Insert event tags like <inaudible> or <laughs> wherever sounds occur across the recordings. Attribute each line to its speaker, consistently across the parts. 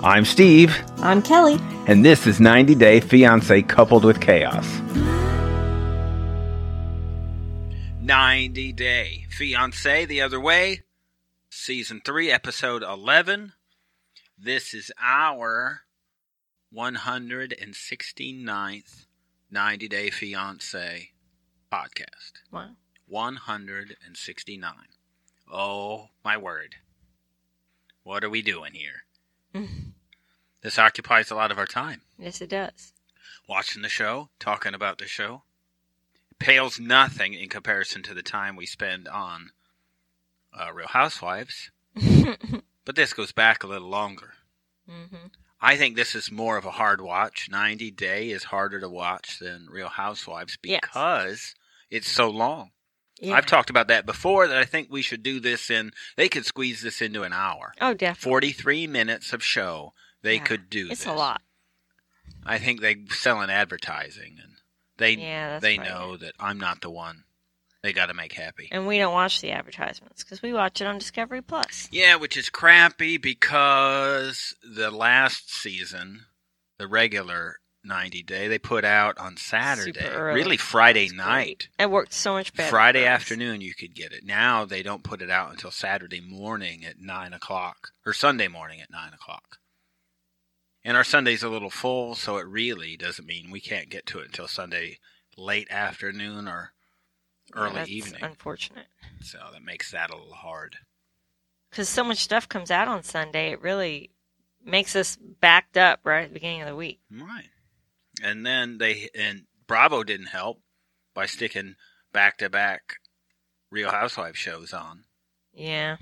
Speaker 1: I'm Steve,
Speaker 2: I'm Kelly.
Speaker 1: and this is 90 Day Fiance Coupled with Chaos. 90 Day Fiance The Other Way, Season 3, Episode 11. This is our 169th 90 Day Fiance podcast.
Speaker 2: Wow.
Speaker 1: 169. Oh, my word. What are we doing here? This occupies a lot of our time.
Speaker 2: yes, it does.
Speaker 1: Watching the show, talking about the show. Pales nothing in comparison to the time we spend on uh, Real
Speaker 2: <laughs>
Speaker 1: Housewives,
Speaker 2: mm-hmm.
Speaker 1: but this goes back a little longer. I think this is more of a hard watch. 90 Day is harder to watch than Real Housewives
Speaker 2: Yes.
Speaker 1: because it's so long.
Speaker 2: Yeah.
Speaker 1: I've talked about that before that I think we should do this in they could squeeze this into an hour.
Speaker 2: Oh, definitely.
Speaker 1: 43 minutes of show. They
Speaker 2: Yeah.
Speaker 1: could do
Speaker 2: It's
Speaker 1: this.
Speaker 2: a lot.
Speaker 1: I think they sell in advertising and they
Speaker 2: Yeah, that's
Speaker 1: they
Speaker 2: right.
Speaker 1: know that I'm not the one. They got to make happy.
Speaker 2: And we don't watch the advertisements because we watch it on Discovery Plus.
Speaker 1: Yeah, which is crappy because the last season, the regular 90 day, they put out on Saturday,
Speaker 2: early.
Speaker 1: really Friday
Speaker 2: It's great.
Speaker 1: night.
Speaker 2: It worked so much better.
Speaker 1: Friday
Speaker 2: for us.
Speaker 1: afternoon, you could get it. Now they don't put it out until Saturday morning at nine o'clock or Sunday morning at nine o'clock. And our Sunday's a little full, so it really doesn't mean we can't get to it until Sunday late afternoon or
Speaker 2: Yeah,
Speaker 1: early
Speaker 2: that's
Speaker 1: evening.
Speaker 2: Unfortunate.
Speaker 1: so that makes that a little hard.
Speaker 2: Because so much stuff comes out on Sunday, it really makes us backed up right at the beginning of the week.
Speaker 1: Right. And then they and Bravo didn't help by sticking back to back Real Housewives shows on.
Speaker 2: Yeah.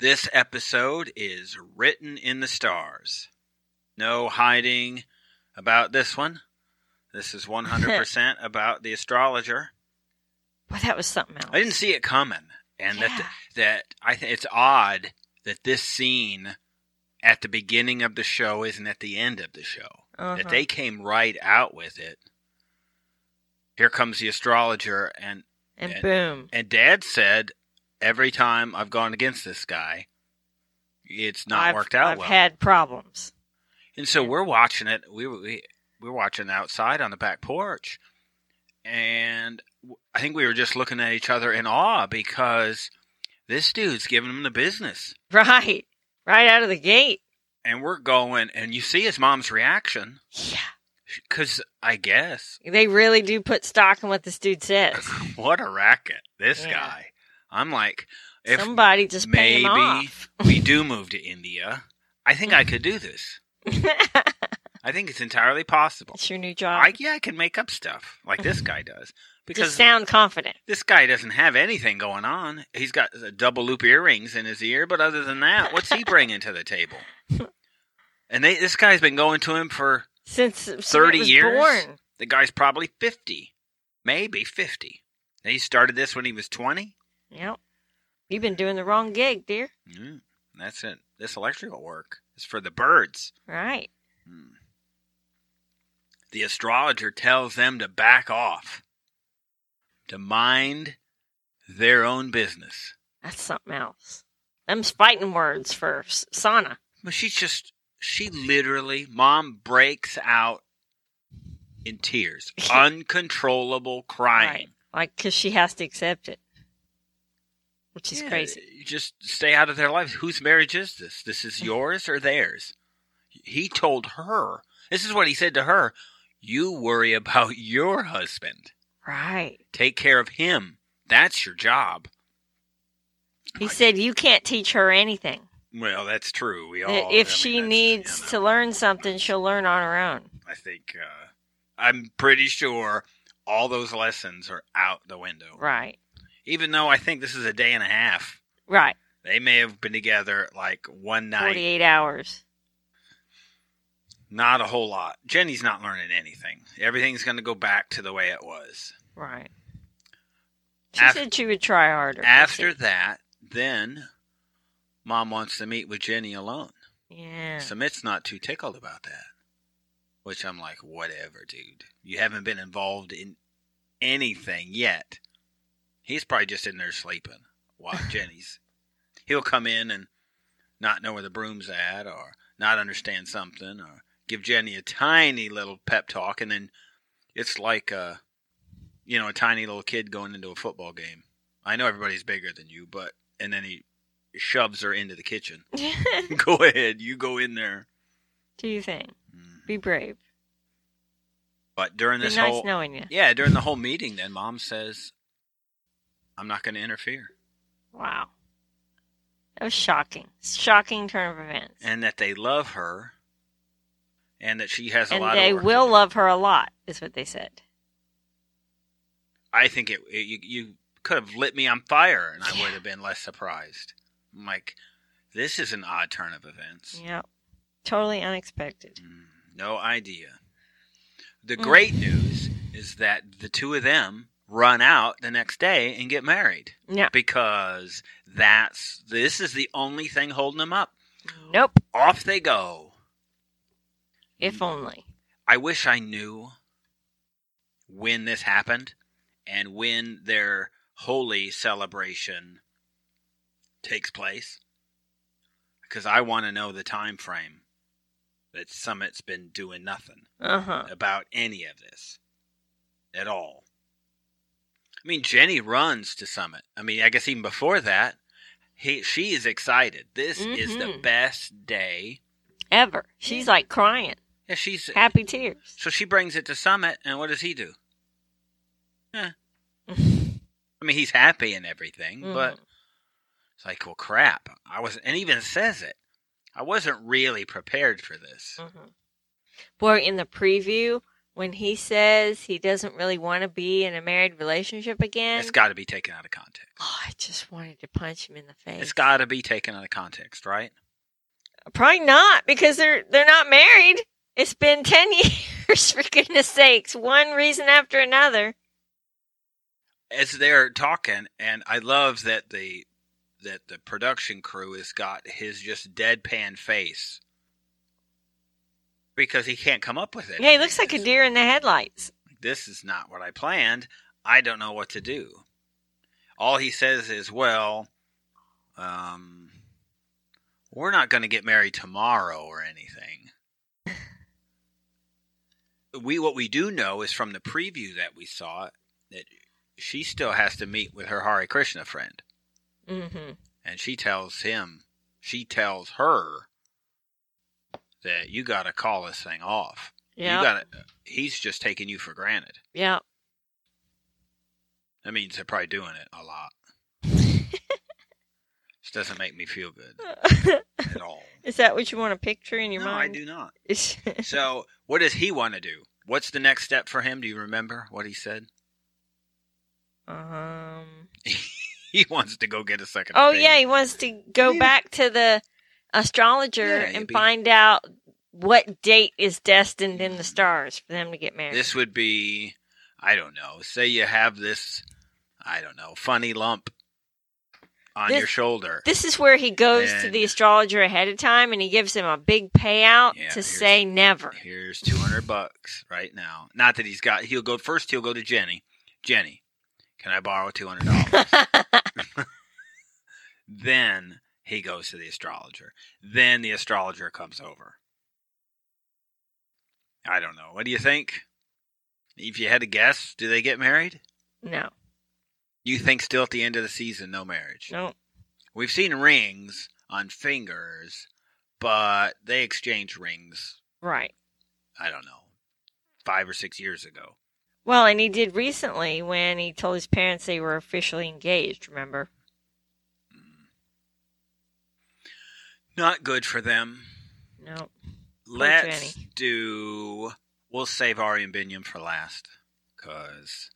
Speaker 1: This episode is written in the stars. No hiding about this one. This is
Speaker 2: <laughs>
Speaker 1: 100% about the astrologer.
Speaker 2: Well, that was something else.
Speaker 1: I didn't see it coming. And that
Speaker 2: Yeah.
Speaker 1: that I think it's odd that this scene at the beginning of the show isn't at the end of the show. That
Speaker 2: Uh-huh.
Speaker 1: they came right out with it. Here comes the astrologer and
Speaker 2: and
Speaker 1: and-
Speaker 2: boom.
Speaker 1: and dad said, every time I've gone against this guy, it's not
Speaker 2: I've-
Speaker 1: worked out
Speaker 2: I've
Speaker 1: well.
Speaker 2: had problems. <laughs>
Speaker 1: and so we're watching it. We were- we we were watching outside on the back porch, and w- I think we were just looking at each other in awe because this dude's giving him the business,
Speaker 2: Right. Right out of the gate.
Speaker 1: and we're going. And you see his mom's reaction
Speaker 2: Yeah.
Speaker 1: because I guess <laughs>
Speaker 2: They really do put stock in what this dude says.
Speaker 1: what a racket this
Speaker 2: Yeah.
Speaker 1: guy. I'm like, if
Speaker 2: Somebody just paid him
Speaker 1: maybe
Speaker 2: off.
Speaker 1: we do move to India, I think I could do
Speaker 2: <laughs>
Speaker 1: this. I think it's entirely possible.
Speaker 2: it's your new job.
Speaker 1: I yeah, I can make up stuff like this guy does
Speaker 2: just
Speaker 1: because
Speaker 2: sound confident.
Speaker 1: this guy doesn't have anything going on. He's got uh, double loop earrings in his ear, but other than that, what's he bringing to the table? And they, this guy's been going to him for
Speaker 2: Since since
Speaker 1: 30
Speaker 2: it was
Speaker 1: years?
Speaker 2: born.
Speaker 1: the guy's probably fifty, maybe fifty. He started this when he was twenty.
Speaker 2: Yep. You've been doing the wrong gig, dear.
Speaker 1: Mm, that's it. This electrical work is for the birds.
Speaker 2: Right.
Speaker 1: Hmm. The astrologer tells them to back off, to mind their own business.
Speaker 2: That's something else. Them's fighting words for s- sauna.
Speaker 1: But she's just, she literally, mom breaks out in
Speaker 2: <laughs>
Speaker 1: tears, uncontrollable crying.
Speaker 2: Like, because she has to accept it. Which is
Speaker 1: Yeah,
Speaker 2: crazy. Mm.
Speaker 1: Just stay out of their lives. Whose marriage is this? This is yours or theirs? He told her, this is what he said to her you worry about <laughs> your husband.
Speaker 2: Right.
Speaker 1: Take care of him. That's your job.
Speaker 2: He
Speaker 1: Like-
Speaker 2: said, You can't teach her anything.
Speaker 1: Well, that's true. We all.
Speaker 2: That
Speaker 1: I mean,
Speaker 2: if she
Speaker 1: that's,
Speaker 2: needs
Speaker 1: you know,
Speaker 2: to learn something, she'll learn on her own.
Speaker 1: I think uh, I'm pretty sure all those lessons are out the window.
Speaker 2: Right.
Speaker 1: Even though I think this is a day and a half,
Speaker 2: Right.
Speaker 1: they may have been together like one night,
Speaker 2: 48 hours.
Speaker 1: not a whole lot. Jenny's not learning anything. Everything's going to go back to the way it was.
Speaker 2: Right. She
Speaker 1: Af-
Speaker 2: said she would try harder. We'll
Speaker 1: After
Speaker 2: see.
Speaker 1: that, then mom wants to meet with Jenny alone.
Speaker 2: Yeah.
Speaker 1: Summit's not too tickled about that. Which I'm like, whatever, dude. You haven't been involved in anything yet. He's probably just in there sleeping while Jenny's. He'll come in and not know where the broom's at or not understand something or give Jenny a tiny little pep talk and then it's like a you know, a tiny little kid going into a football game. I know everybody's bigger than you, but and then he shoves her into the kitchen. <laughs> go ahead, you go in there.
Speaker 2: <laughs> Do you think?
Speaker 1: Mm.
Speaker 2: Be brave.
Speaker 1: But during
Speaker 2: Be
Speaker 1: this
Speaker 2: nice
Speaker 1: whole
Speaker 2: knowing you.
Speaker 1: yeah, during the whole meeting, then mom says, "I'm not going to interfere,"
Speaker 2: Wow. That was shocking. Shocking turn of events.
Speaker 1: and that they love her, and that she has a
Speaker 2: And
Speaker 1: lot.
Speaker 2: they
Speaker 1: of work to
Speaker 2: will
Speaker 1: do.
Speaker 2: love her a lot, is what they said.
Speaker 1: I think it, it- you, you could have lit me on fire, and I would have been less surprised. I'm like, this is an odd turn of events.
Speaker 2: Yeah. Totally unexpected.
Speaker 1: Mm, No idea. The
Speaker 2: Mm.
Speaker 1: great news is that the two of them run out the next day and get married
Speaker 2: Yeah.
Speaker 1: because that's this is the only thing holding them up.
Speaker 2: Nope.
Speaker 1: Off they go. Mm.
Speaker 2: If only.
Speaker 1: I wish I knew when this happened and when their holy celebration takes place because I want to know the time frame that Summit's been doing nothing
Speaker 2: Uh huh.
Speaker 1: <laughs> about any of this at all. I mean, Jenny runs to Summit. I mean, I guess even before that, he, she is excited. This is the
Speaker 2: Mhm.
Speaker 1: best day.
Speaker 2: Ever. She's like crying.
Speaker 1: Yeah, she's
Speaker 2: Happy tears. <laughs>
Speaker 1: So she brings it to Summit, and what does he do? I mean, he's happy and everything, but it's like, well, crap. I wasn't, and even says it. I wasn't really prepared for this.
Speaker 2: Mm-hmm. Boy, in the preview, when he says he doesn't really want to be in a married relationship again,
Speaker 1: It's got to be taken out of context.
Speaker 2: oh, I just wanted to punch him in the face.
Speaker 1: It's got to be taken out of context, right?
Speaker 2: Probably not because they're they're not married. It's been ten <laughs> years for goodness sakes, one reason after another.
Speaker 1: as they're talking, and I love that the that the production crew has got his just deadpan face because he can't come up with it.
Speaker 2: Yeah, he looks like a deer in the headlights.
Speaker 1: This is not what I planned. I don't know what to do. All he says is, "Well, um, we're not going to get married tomorrow or anything." <laughs> we what we do know is from the preview that we saw that she still has to meet with her Hari Krishna friend
Speaker 2: Mm-hmm.
Speaker 1: and she tells him she tells her that you got to call this thing off
Speaker 2: Yeah,
Speaker 1: you got to he's just taking you for granted
Speaker 2: yeah.
Speaker 1: that means they're probably doing it a
Speaker 2: <laughs>
Speaker 1: lot this doesn't make me feel good at all
Speaker 2: <laughs> Is that what you want to picture in your
Speaker 1: no i
Speaker 2: mind?
Speaker 1: do
Speaker 2: <laughs>
Speaker 1: not
Speaker 2: I do.
Speaker 1: so what does he want to do what's the next step for him do you remember what he said <laughs>
Speaker 2: um.
Speaker 1: he wants to go get a second
Speaker 2: Oh
Speaker 1: opinion.
Speaker 2: yeah, he wants to go
Speaker 1: Yeah.
Speaker 2: back to the astrologer
Speaker 1: Yeah,
Speaker 2: and
Speaker 1: it'd be-
Speaker 2: find out what date is destined in the stars for them to get married.
Speaker 1: Mm. This would be, I don't know. Say you have this, I don't know, funny lump on
Speaker 2: This-
Speaker 1: your shoulder.
Speaker 2: This is where he goes to
Speaker 1: And-
Speaker 2: the astrologer ahead of time and he gives him a big payout
Speaker 1: Yeah,
Speaker 2: to
Speaker 1: here's-
Speaker 2: say never.
Speaker 1: Here's two hundred bucks right now. Not that he's got. He'll go first. He'll go to Jenny. Jenny, can I borrow two hundred dollars? then he goes to the astrologer. Then the astrologer comes over. I don't know. What do you think? If you had to guess, do they get married?
Speaker 2: <laughs> no,
Speaker 1: You think still at the end of the season, no marriage?
Speaker 2: no.
Speaker 1: We've seen rings on fingers, but they exchanged rings,
Speaker 2: Right.
Speaker 1: I don't know, five or six years ago.
Speaker 2: Well, and he did recently when he told his parents they were officially engaged, remember?
Speaker 1: Not good for them.
Speaker 2: No.
Speaker 1: Let's
Speaker 2: Jenny.
Speaker 1: do. We'll save Ari and Binyam for last, because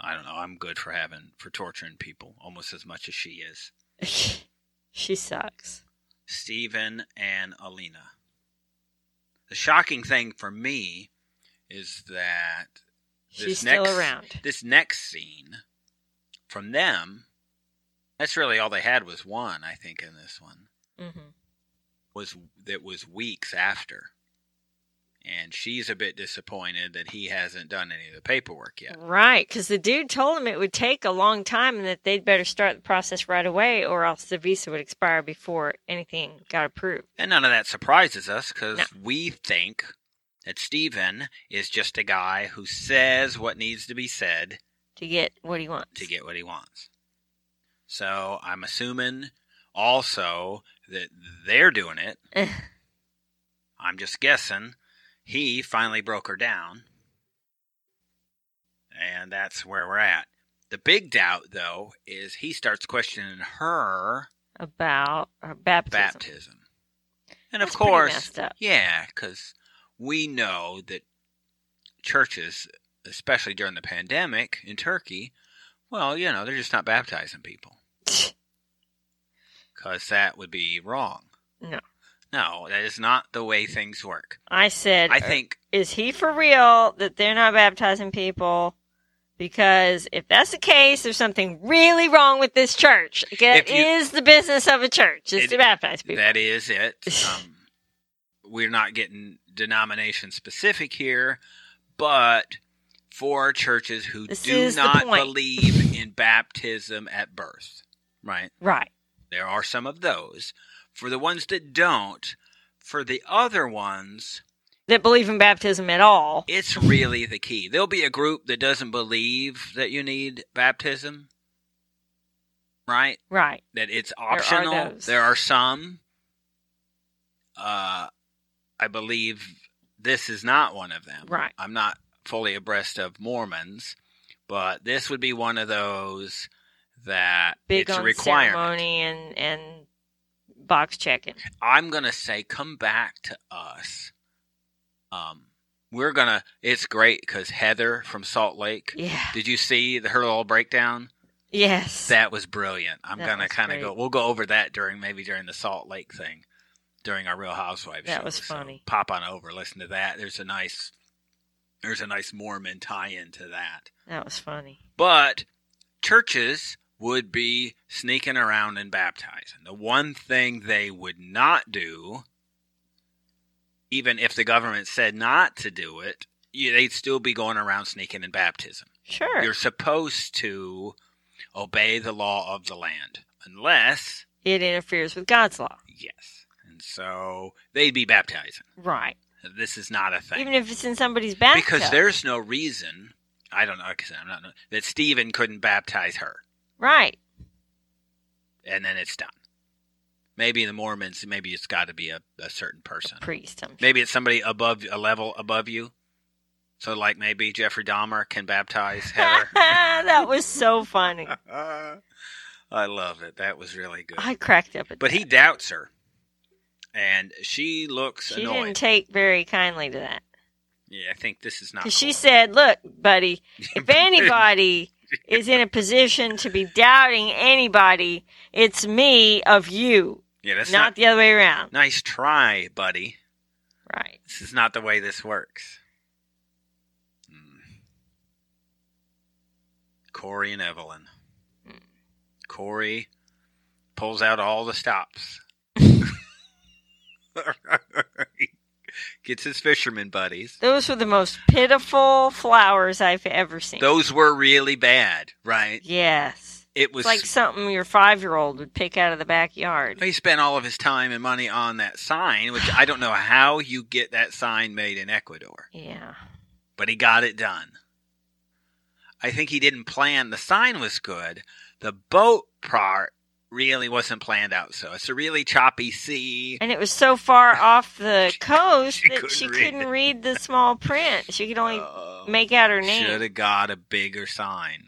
Speaker 1: I don't know. I'm good for having, for torturing people almost as much as she is.
Speaker 2: <laughs> she sucks.
Speaker 1: Steven and Alina. The shocking thing for me is that
Speaker 2: She's
Speaker 1: This
Speaker 2: still
Speaker 1: next-
Speaker 2: around.
Speaker 1: this next scene from them that's really all they had was one i think in this one
Speaker 2: hmm
Speaker 1: was that was weeks after and she's a bit disappointed that he hasn't done any of the paperwork yet.
Speaker 2: Right, because the dude told him it would take a long time and that they'd better start the process right away or else the visa would expire before anything got approved.
Speaker 1: And none of that surprises us because
Speaker 2: No.
Speaker 1: we think that Steven is just a guy who says what needs to be said
Speaker 2: to get what he wants.
Speaker 1: to get what he wants. So I'm assuming also that they're doing
Speaker 2: <laughs>
Speaker 1: it. I'm just guessing. He finally broke her down. And that's where we're at. The big doubt, though, is he starts questioning her
Speaker 2: about her baptism.
Speaker 1: baptism. And of
Speaker 2: That's pretty
Speaker 1: course,
Speaker 2: messed up.
Speaker 1: yeah, because we know that churches, especially during the pandemic in Turkey, well, you know, they're just not baptizing
Speaker 2: <laughs>
Speaker 1: people because that would be wrong.
Speaker 2: No.
Speaker 1: No, that is not the way things work.
Speaker 2: I said,
Speaker 1: I think
Speaker 2: <laughs> is he for real that they're not baptizing people? Because if that's the case, there's something really wrong with this church. It
Speaker 1: If you-
Speaker 2: is the business of a church is
Speaker 1: It-
Speaker 2: to baptize people.
Speaker 1: That is it.
Speaker 2: <laughs>
Speaker 1: Um, we're not getting denomination specific here, but for churches who
Speaker 2: This
Speaker 1: do
Speaker 2: is the
Speaker 1: not
Speaker 2: point.
Speaker 1: believe in baptism at birth, right?
Speaker 2: right.
Speaker 1: There are some of those. For the ones that don't, for the other ones,
Speaker 2: That believe in baptism at all.
Speaker 1: it's really the key. There'll be a group that doesn't believe that you need baptism, right?
Speaker 2: Right.
Speaker 1: that it's
Speaker 2: are
Speaker 1: optional. There are,
Speaker 2: those.
Speaker 1: some. Uh, I believe this is not one of them.
Speaker 2: Right.
Speaker 1: I'm not fully abreast of Mormons, but this would be one of those that
Speaker 2: Big
Speaker 1: it's a
Speaker 2: on
Speaker 1: requirement.
Speaker 2: ceremony and, and box checking.
Speaker 1: I'm gonna say, come back to us. Um, we're gonna. It's great because Heather from Salt Lake.
Speaker 2: Yeah.
Speaker 1: Did you see the her little breakdown?
Speaker 2: Yes.
Speaker 1: That was brilliant. I'm
Speaker 2: That
Speaker 1: gonna
Speaker 2: was
Speaker 1: kind of
Speaker 2: great.
Speaker 1: go. We'll go over that during maybe during the Salt Lake thing, during our Real Housewives.
Speaker 2: That
Speaker 1: show.
Speaker 2: was
Speaker 1: So
Speaker 2: funny.
Speaker 1: pop on over, listen to that. There's a nice, there's a nice Mormon tie-in to that.
Speaker 2: that was funny.
Speaker 1: But churches would be sneaking around and baptizing. The one thing they would not do, even if the government said not to do it, you- they'd still be going around sneaking in baptism.
Speaker 2: Sure.
Speaker 1: You're supposed to obey the law of the land, unless
Speaker 2: it interferes with God's law.
Speaker 1: yes. And so they'd be baptizing.
Speaker 2: Right.
Speaker 1: This is not a thing
Speaker 2: Even if it's in somebody's bathtub.
Speaker 1: because there's no reason. I don't know. like I said, I'm not that Stephen couldn't baptize her,
Speaker 2: Right.
Speaker 1: and then it's done. Maybe the Mormons. Maybe it's got to be a, a certain person.
Speaker 2: Priest. I'm
Speaker 1: Maybe it's somebody above a level above you. So like maybe Jeffrey Dahmer can
Speaker 2: <laughs>
Speaker 1: baptize Heather. <laughs>
Speaker 2: that was so funny.
Speaker 1: Uh, I love it. That was really good.
Speaker 2: I cracked up at
Speaker 1: But
Speaker 2: that.
Speaker 1: he doubts her. And she looks
Speaker 2: She
Speaker 1: annoyed.
Speaker 2: didn't take very kindly to that.
Speaker 1: yeah, I think this is not.
Speaker 2: Because she said, Look,
Speaker 1: <laughs>
Speaker 2: buddy, if anybody is in a position to be doubting anybody, it's me of you,
Speaker 1: yeah, that's
Speaker 2: not
Speaker 1: not,
Speaker 2: the other way around.
Speaker 1: nice try, buddy.
Speaker 2: Right.
Speaker 1: This is not the way this works. Hmm. Corey and Evelyn.
Speaker 2: Hmm.
Speaker 1: Corey pulls out all the stops. <laughs> Gets his fisherman buddies.
Speaker 2: Those were the most pitiful flowers I've ever seen.
Speaker 1: Those were really bad, right?
Speaker 2: yes.
Speaker 1: It was
Speaker 2: It's like something your five year old would pick out of the backyard.
Speaker 1: He spent all of his time and money on that sign, which I don't know how you get that sign made in Ecuador,
Speaker 2: Yeah.
Speaker 1: but he got it done. I think he didn't plan. The sign was good. The boat part really wasn't planned out. So it's a really choppy sea.
Speaker 2: And it was so far off the
Speaker 1: <laughs>
Speaker 2: coast
Speaker 1: she
Speaker 2: that
Speaker 1: couldn't
Speaker 2: she
Speaker 1: read
Speaker 2: couldn't
Speaker 1: it.
Speaker 2: read the small print. She could only make out her
Speaker 1: Should
Speaker 2: name
Speaker 1: have Oh, got a bigger sign.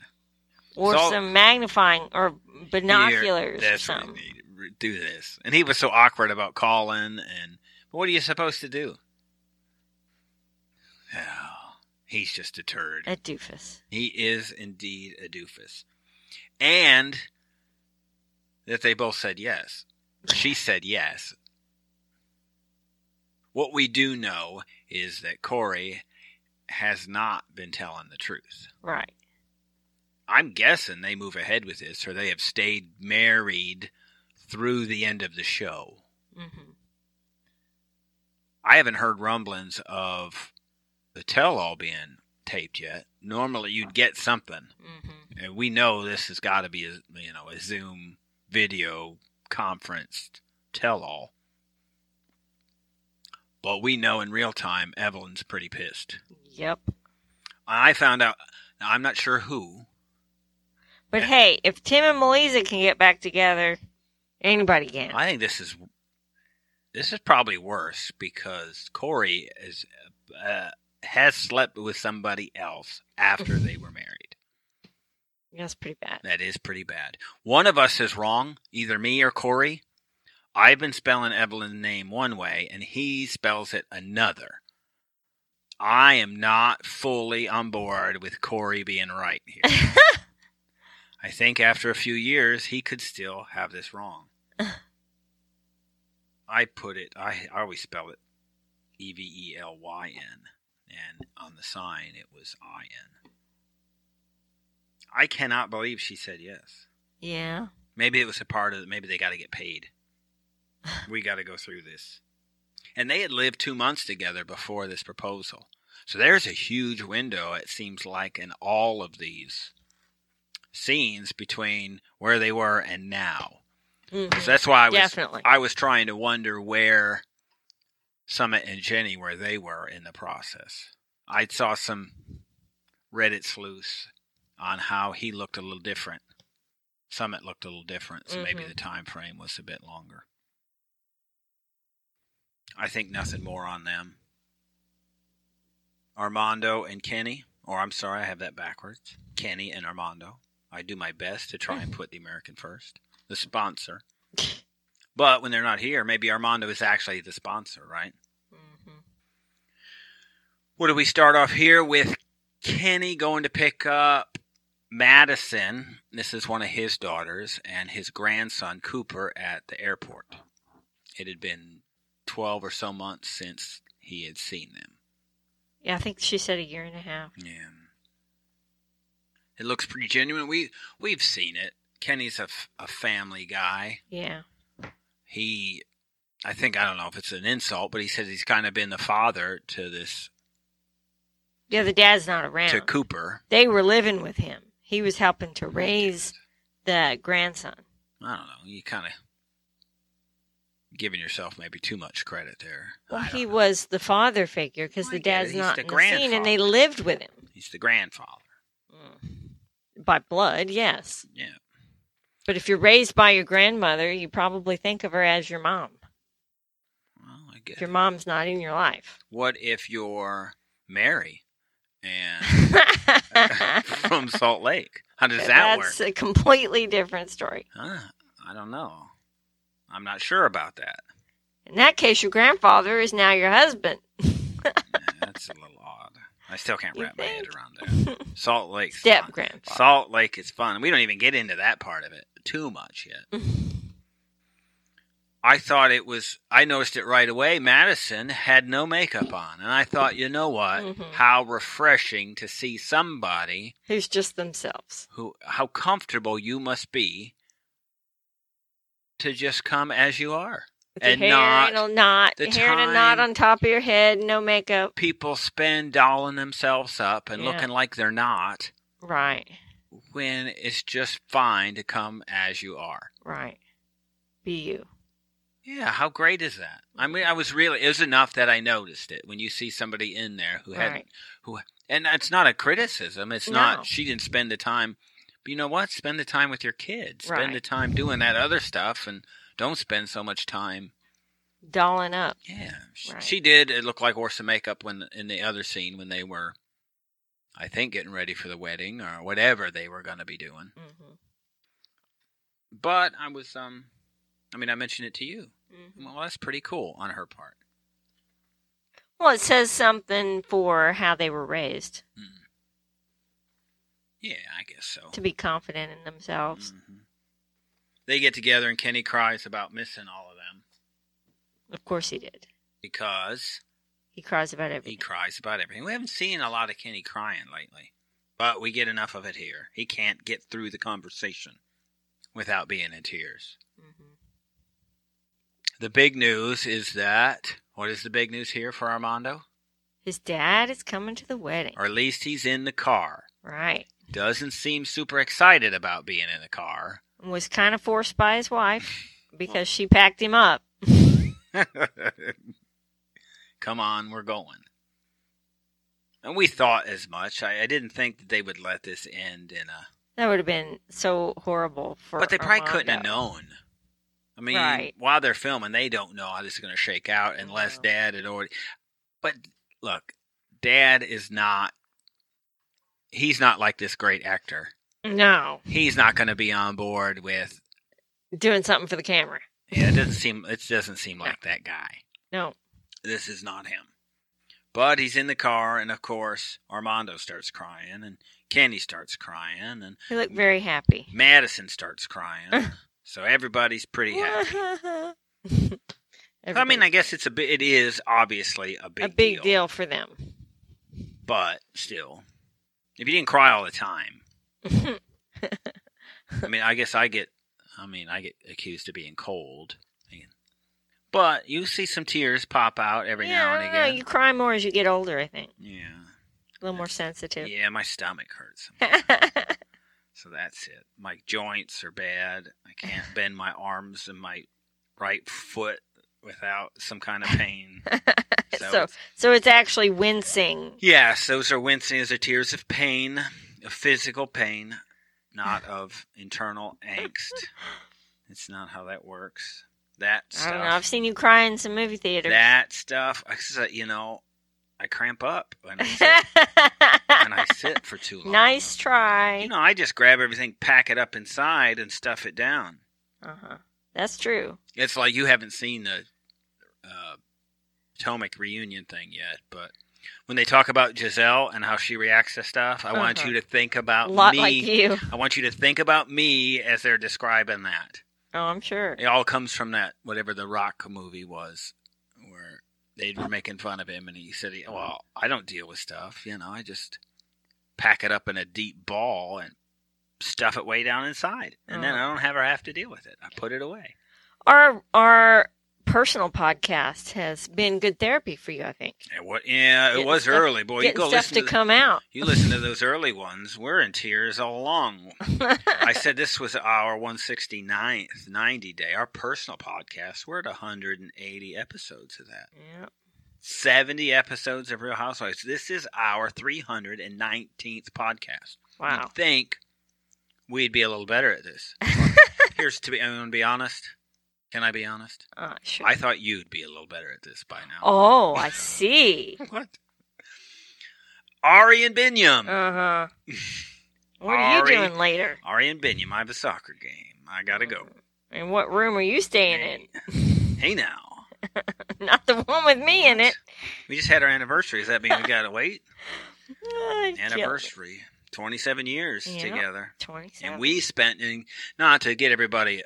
Speaker 2: or
Speaker 1: So-
Speaker 2: some magnifying or
Speaker 1: Here,
Speaker 2: binoculars or
Speaker 1: that's what
Speaker 2: something.
Speaker 1: he needed. Do this. And he was so awkward about calling. And what are you supposed to do? Oh, he's just deterred.
Speaker 2: That doofus.
Speaker 1: He is indeed a doofus. And that they both said yes. She said yes. What we do know is that Corey has not been telling the truth.
Speaker 2: Right.
Speaker 1: I'm guessing they move ahead with this, or they have stayed
Speaker 2: Mm-hmm.
Speaker 1: married through the end of the show.
Speaker 2: hmm
Speaker 1: I haven't heard rumblings of the tell all being taped yet. Normally, you'd get something,
Speaker 2: Mm-hmm.
Speaker 1: and we know this has got to be a you know a Zoom video conference tell all. But we know in real time, Evelyn's pretty pissed.
Speaker 2: Yep.
Speaker 1: I found out. Now, I'm not sure who.
Speaker 2: But hey, if Tim and Melissa can get back together, anybody can.
Speaker 1: I think this is this is probably worse because Corey is uh, has slept with somebody else after they were married.
Speaker 2: That's pretty bad.
Speaker 1: That is pretty bad. One of us is wrong, either me or Corey. I've been spelling Evelyn's name one way, and he spells it another. I am not fully on board with Corey being right here. I think after a few years, he could still have this wrong. I put it, I, I always spell it E V E L Y N, and on the sign, it was I N. I cannot believe she said yes.
Speaker 2: Yeah.
Speaker 1: Maybe it was a part of it. Maybe they got to get paid. we got to go through this. And they had lived two months together before this proposal. So there's a huge window, it seems like, in all of these scenes between where they were and now.
Speaker 2: Mhm.
Speaker 1: So that's why I was
Speaker 2: Definitely.
Speaker 1: I was trying to wonder where Summit and Jenny where they were in the process. I saw some Reddit sleuths on how he looked a little different. Summit looked a little different, so maybe
Speaker 2: Mhm.
Speaker 1: the time frame was a bit longer. I think nothing more on them. Armando and Kenny, or I'm sorry, I have that backwards. Kenny and Armando. I do my best to try and put the American first, the sponsor. But when they're not here, maybe Armando is actually the sponsor, right?
Speaker 2: Mhm.
Speaker 1: What do we start off here with? Kenny going to pick up Madison. This is one of his daughters and his grandson Cooper at the airport. It had been 12 or so months since he had seen them.
Speaker 2: Yeah, I think she said a year and a half.
Speaker 1: Yeah. It looks pretty genuine. We we've seen it. Kenny's a, f- a family guy.
Speaker 2: Yeah.
Speaker 1: he i think i don't know if it's an insult but he says he's kind of been the father to this
Speaker 2: Yeah, the dad's not around.
Speaker 1: to cooper
Speaker 2: they were living with him. He was helping to raise the grandson.
Speaker 1: i don't know you kind of giving yourself maybe too much credit there
Speaker 2: Well,
Speaker 1: I don't
Speaker 2: he
Speaker 1: know.
Speaker 2: was the father figure because
Speaker 1: I
Speaker 2: the
Speaker 1: get it.
Speaker 2: dad's
Speaker 1: He's
Speaker 2: not
Speaker 1: the
Speaker 2: in the scene, and they
Speaker 1: grandfather.
Speaker 2: lived with him
Speaker 1: he's the grandfather
Speaker 2: by blood. Yes,
Speaker 1: yeah
Speaker 2: but if you're raised by your grandmother, you probably think of her as your mom.
Speaker 1: well i
Speaker 2: If
Speaker 1: guess
Speaker 2: your mom's not in your life,
Speaker 1: <laughs> what if you're mary
Speaker 2: <laughs>
Speaker 1: and from salt lake how does that work
Speaker 2: that's a completely different story.
Speaker 1: huh? i don't know i'm not sure about that
Speaker 2: In that case, your grandfather is now your husband.
Speaker 1: Yeah, that's a little odd i still can't
Speaker 2: You
Speaker 1: wrap my head
Speaker 2: think?
Speaker 1: around that
Speaker 2: <laughs>
Speaker 1: salt lake's
Speaker 2: Step
Speaker 1: fine.
Speaker 2: grandfather.
Speaker 1: Salt Lake is fun. We don't even get into that part of it too much yet. I thought it was, I noticed it right away. Madison had no makeup on. And I thought, you know what?
Speaker 2: Mhm.
Speaker 1: How refreshing to see somebody
Speaker 2: <laughs> Who's just themselves?
Speaker 1: who, how comfortable you must be to just come as you are.
Speaker 2: With your
Speaker 1: And
Speaker 2: hair
Speaker 1: not
Speaker 2: in a knot,
Speaker 1: the
Speaker 2: hair in a knot
Speaker 1: time-
Speaker 2: on top of your head, no makeup.
Speaker 1: People spend dolling themselves up and
Speaker 2: Yeah.
Speaker 1: looking like they're not
Speaker 2: Right,
Speaker 1: when it's just fine to come as you are.
Speaker 2: right. Be you.
Speaker 1: Yeah, how great is that? I mean, I was really it was enough that I noticed it when you see somebody in there who had,
Speaker 2: Right.
Speaker 1: and that's not a criticism. It's
Speaker 2: No.
Speaker 1: not she didn't spend the time. But you know what? Spend the time with your kids. Spend
Speaker 2: Right.
Speaker 1: the time doing that other stuff, and don't spend so much time.
Speaker 2: Dolling up.
Speaker 1: Yeah, she,
Speaker 2: Right.
Speaker 1: she did. It looked like wore some makeup when in the other scene when they were, I think, getting ready for the wedding or whatever they were going to be doing.
Speaker 2: Mm-hmm.
Speaker 1: But I was, um, I mean, I mentioned it to you.
Speaker 2: Mm-hmm.
Speaker 1: Well, that's pretty cool on her part.
Speaker 2: Well, it says something for how they were raised
Speaker 1: Yeah, I guess so.
Speaker 2: to be confident in themselves.
Speaker 1: Mhm. They get together, and Kenny cries about missing all of them
Speaker 2: Of course, he did.
Speaker 1: because
Speaker 2: He cries about
Speaker 1: he
Speaker 2: everything.
Speaker 1: cries about everything. We haven't seen a lot of Kenny crying lately, but we get enough of it here. He can't get through the conversation without being in tears.
Speaker 2: Mm-hmm.
Speaker 1: The big news is that What is the big news here for Armando?
Speaker 2: His dad is coming to the wedding.
Speaker 1: Or at least he's in the car.
Speaker 2: Right.
Speaker 1: Doesn't seem super excited about being in the car. <laughs>
Speaker 2: Was kind of forced by his wife because she packed him up.
Speaker 1: Come on, we're going. And we thought as much. I, I didn't think that they would let this end in uh, a.
Speaker 2: That would have been so horrible for.
Speaker 1: But they probably
Speaker 2: Armando.
Speaker 1: couldn't have known. I mean,
Speaker 2: Uh-huh. Right.
Speaker 1: while they're filming, they don't know how this is going to shake out unless
Speaker 2: No.
Speaker 1: Dad had already. But look, Dad is not. He's not like this great actor.
Speaker 2: No,
Speaker 1: He's not going to be on board with.
Speaker 2: doing something for the camera.
Speaker 1: Yeah, it doesn't seem. It doesn't seem like that guy.
Speaker 2: No.
Speaker 1: this is not him. But he's in the car, and of course, Armando starts crying, and Candy starts crying, and
Speaker 2: He looked very happy.
Speaker 1: Madison starts crying. so everybody's pretty
Speaker 2: <laughs>
Speaker 1: happy. I mean, I guess it's a bit. It is obviously a big
Speaker 2: a big deal. for them.
Speaker 1: but still, if you didn't cry all the
Speaker 2: <laughs>
Speaker 1: time, I mean, I guess I get. I mean, I get accused of being cold. But you see some tears pop out every
Speaker 2: yeah,
Speaker 1: now
Speaker 2: I
Speaker 1: and
Speaker 2: don't know,
Speaker 1: again.
Speaker 2: You cry more as you get older, I think.
Speaker 1: Yeah,
Speaker 2: A little more sensitive.
Speaker 1: yeah, my stomach hurts. So that's it. My joints are bad. I
Speaker 2: <laughs>
Speaker 1: can't bend my arms and my right foot without some kind of
Speaker 2: <laughs>
Speaker 1: pain.
Speaker 2: <laughs> so, so it's actually wincing.
Speaker 1: yes, those are wincing as are tears of pain, of physical pain,
Speaker 2: <sighs>
Speaker 1: not of internal angst. It's not how that works. That stuff.
Speaker 2: I don't know. I've seen you cry in some movie theaters. <laughs>
Speaker 1: that stuff. I s- uh, you know, I cramp up when I sit, when I sit for too long.
Speaker 2: <laughs> nice try.
Speaker 1: You know, I just grab everything, pack it up inside, and stuff it down.
Speaker 2: uh-huh. That's true.
Speaker 1: It's like you haven't seen the uh, Potomac reunion thing yet, but when they talk about Giselle and how she reacts to stuff, I want
Speaker 2: Uh-huh.
Speaker 1: you to think
Speaker 2: A
Speaker 1: about
Speaker 2: lot
Speaker 1: me.
Speaker 2: like you.
Speaker 1: I want you to think about me as they're describing that.
Speaker 2: Oh, I'm sure.
Speaker 1: It all comes from that whatever the Rock movie was, where they were making fun of him, and he said, "Well, I don't deal with stuff. You know, I just pack it up in a deep ball and." Stuff it way down inside, and
Speaker 2: Oh.
Speaker 1: then I don't ever have to deal with it. I put it away.
Speaker 2: Our our personal podcast has been good therapy for you, I think.
Speaker 1: It wa- yeah, it
Speaker 2: Getting
Speaker 1: was
Speaker 2: stuff-
Speaker 1: early, boy. You
Speaker 2: Getting
Speaker 1: go
Speaker 2: stuff
Speaker 1: listen
Speaker 2: to
Speaker 1: to, the-
Speaker 2: come out.
Speaker 1: you listen to those early ones. We're in tears all along.
Speaker 2: <laughs>
Speaker 1: I said this was our 169th 90 day, our personal podcast. We're at 180 episodes of that.
Speaker 2: Yeah.
Speaker 1: 70 episodes of Real Housewives. This is our 319th podcast.
Speaker 2: Wow.
Speaker 1: You'd think we'd be a little better at
Speaker 2: <laughs>
Speaker 1: this. Here's to be I'm going to be honest. Can I be honest?
Speaker 2: Uh, sure.
Speaker 1: Mm. I thought you'd be a little better at this by now.
Speaker 2: oh,
Speaker 1: <laughs>
Speaker 2: I see.
Speaker 1: What? Ari and Binyam.
Speaker 2: Uh huh. What are
Speaker 1: Ari.
Speaker 2: you doing later?
Speaker 1: Ari and Binyam. I have a soccer game. I gotta go.
Speaker 2: And what room are you staying
Speaker 1: Hey now.
Speaker 2: in? <laughs> Not the one with me in it.
Speaker 1: We just had our anniversary. Does that mean we gotta wait?
Speaker 2: Ah, <laughs> kill me.
Speaker 1: Anniversary. Twenty seven years
Speaker 2: Yeah.
Speaker 1: together.
Speaker 2: 27.
Speaker 1: And we spent in, not to get everybody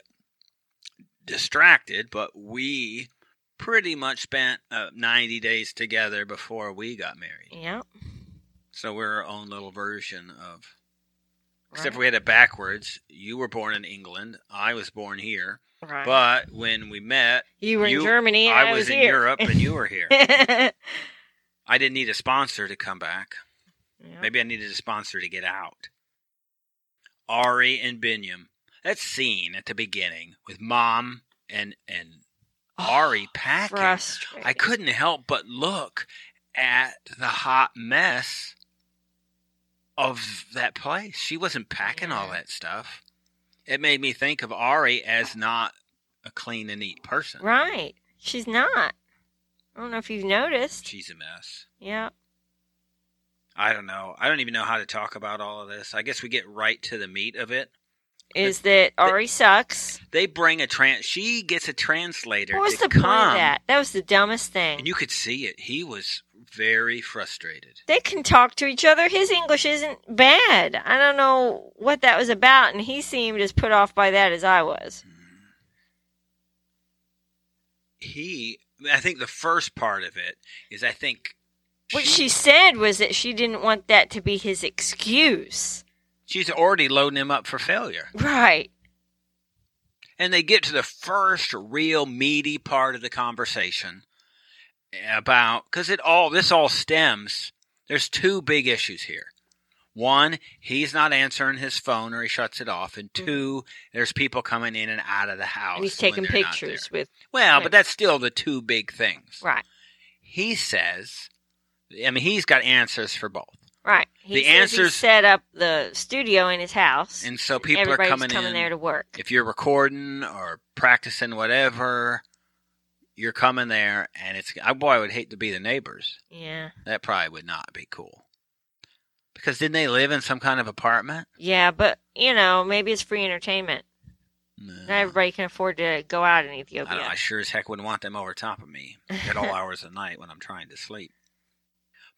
Speaker 1: distracted, but we pretty much spent uh, 90 days together before we got married.
Speaker 2: Yeah.
Speaker 1: So we're our own little version of Except
Speaker 2: right.
Speaker 1: we had it backwards. You were born in England. I was born here.
Speaker 2: Right.
Speaker 1: But when we met,
Speaker 2: you were in
Speaker 1: you-
Speaker 2: Germany and
Speaker 1: I
Speaker 2: I,
Speaker 1: was, in
Speaker 2: here. <laughs>
Speaker 1: Europe and you were here.
Speaker 2: Yeah.
Speaker 1: I didn't need a sponsor to come back. Maybe I needed a sponsor to get out. Ari and Binyam. That scene at the beginning with mom and and
Speaker 2: Oh,
Speaker 1: Ari packing.
Speaker 2: Frustrating.
Speaker 1: I couldn't help but look at the hot mess of that place. She wasn't packing all
Speaker 2: Yeah.
Speaker 1: that stuff. It made me think of Ari as not a clean and neat person.
Speaker 2: Right. She's not. I don't know if you've noticed.
Speaker 1: She's a mess.
Speaker 2: Yeah.
Speaker 1: I don't know. I don't even know how to talk about all of this. I guess we get right to the meat of it.
Speaker 2: Is that Ari sucks?
Speaker 1: They bring a trans. She gets a translator.
Speaker 2: What was
Speaker 1: to
Speaker 2: the
Speaker 1: come,
Speaker 2: point of that? That was the dumbest thing.
Speaker 1: And you could see it. He was very frustrated.
Speaker 2: they can talk to each other. His English isn't bad. I don't know what that was about, and he seemed as put off by that as I was.
Speaker 1: He. I think the first part of it is. I think
Speaker 2: What she said was that she didn't want that to be his excuse.
Speaker 1: She's already loading him up for failure.
Speaker 2: Right.
Speaker 1: And they get to the first real meaty part of the conversation. about because it all this all stems. There's two big issues here. One, he's not answering his phone or he shuts it off, and 2 there's people coming in and out of the house.
Speaker 2: Mm-hmm. And he's
Speaker 1: when
Speaker 2: taking
Speaker 1: they're not
Speaker 2: pictures with
Speaker 1: there. Well,
Speaker 2: right.
Speaker 1: but that's still the two big things.
Speaker 2: right,
Speaker 1: He says, I mean, he's got answers for both,
Speaker 2: right. He
Speaker 1: The
Speaker 2: says he
Speaker 1: answers-
Speaker 2: set up the studio in his house.
Speaker 1: and so people
Speaker 2: Everybody's
Speaker 1: are coming, in.
Speaker 2: there to work.
Speaker 1: if you're recording or practicing whatever, you're coming there, and it's. I boy, I would hate to be the neighbors.
Speaker 2: Yeah,
Speaker 1: That probably would not be cool. Because didn't they live in some kind of apartment?
Speaker 2: yeah, but you know, maybe it's free entertainment.
Speaker 1: No.
Speaker 2: Not everybody can afford to go out in
Speaker 1: Uh-huh. I, don't, I
Speaker 2: Ethiopia.
Speaker 1: sure as heck wouldn't want them over top of me at all hours of the night when I'm trying to sleep.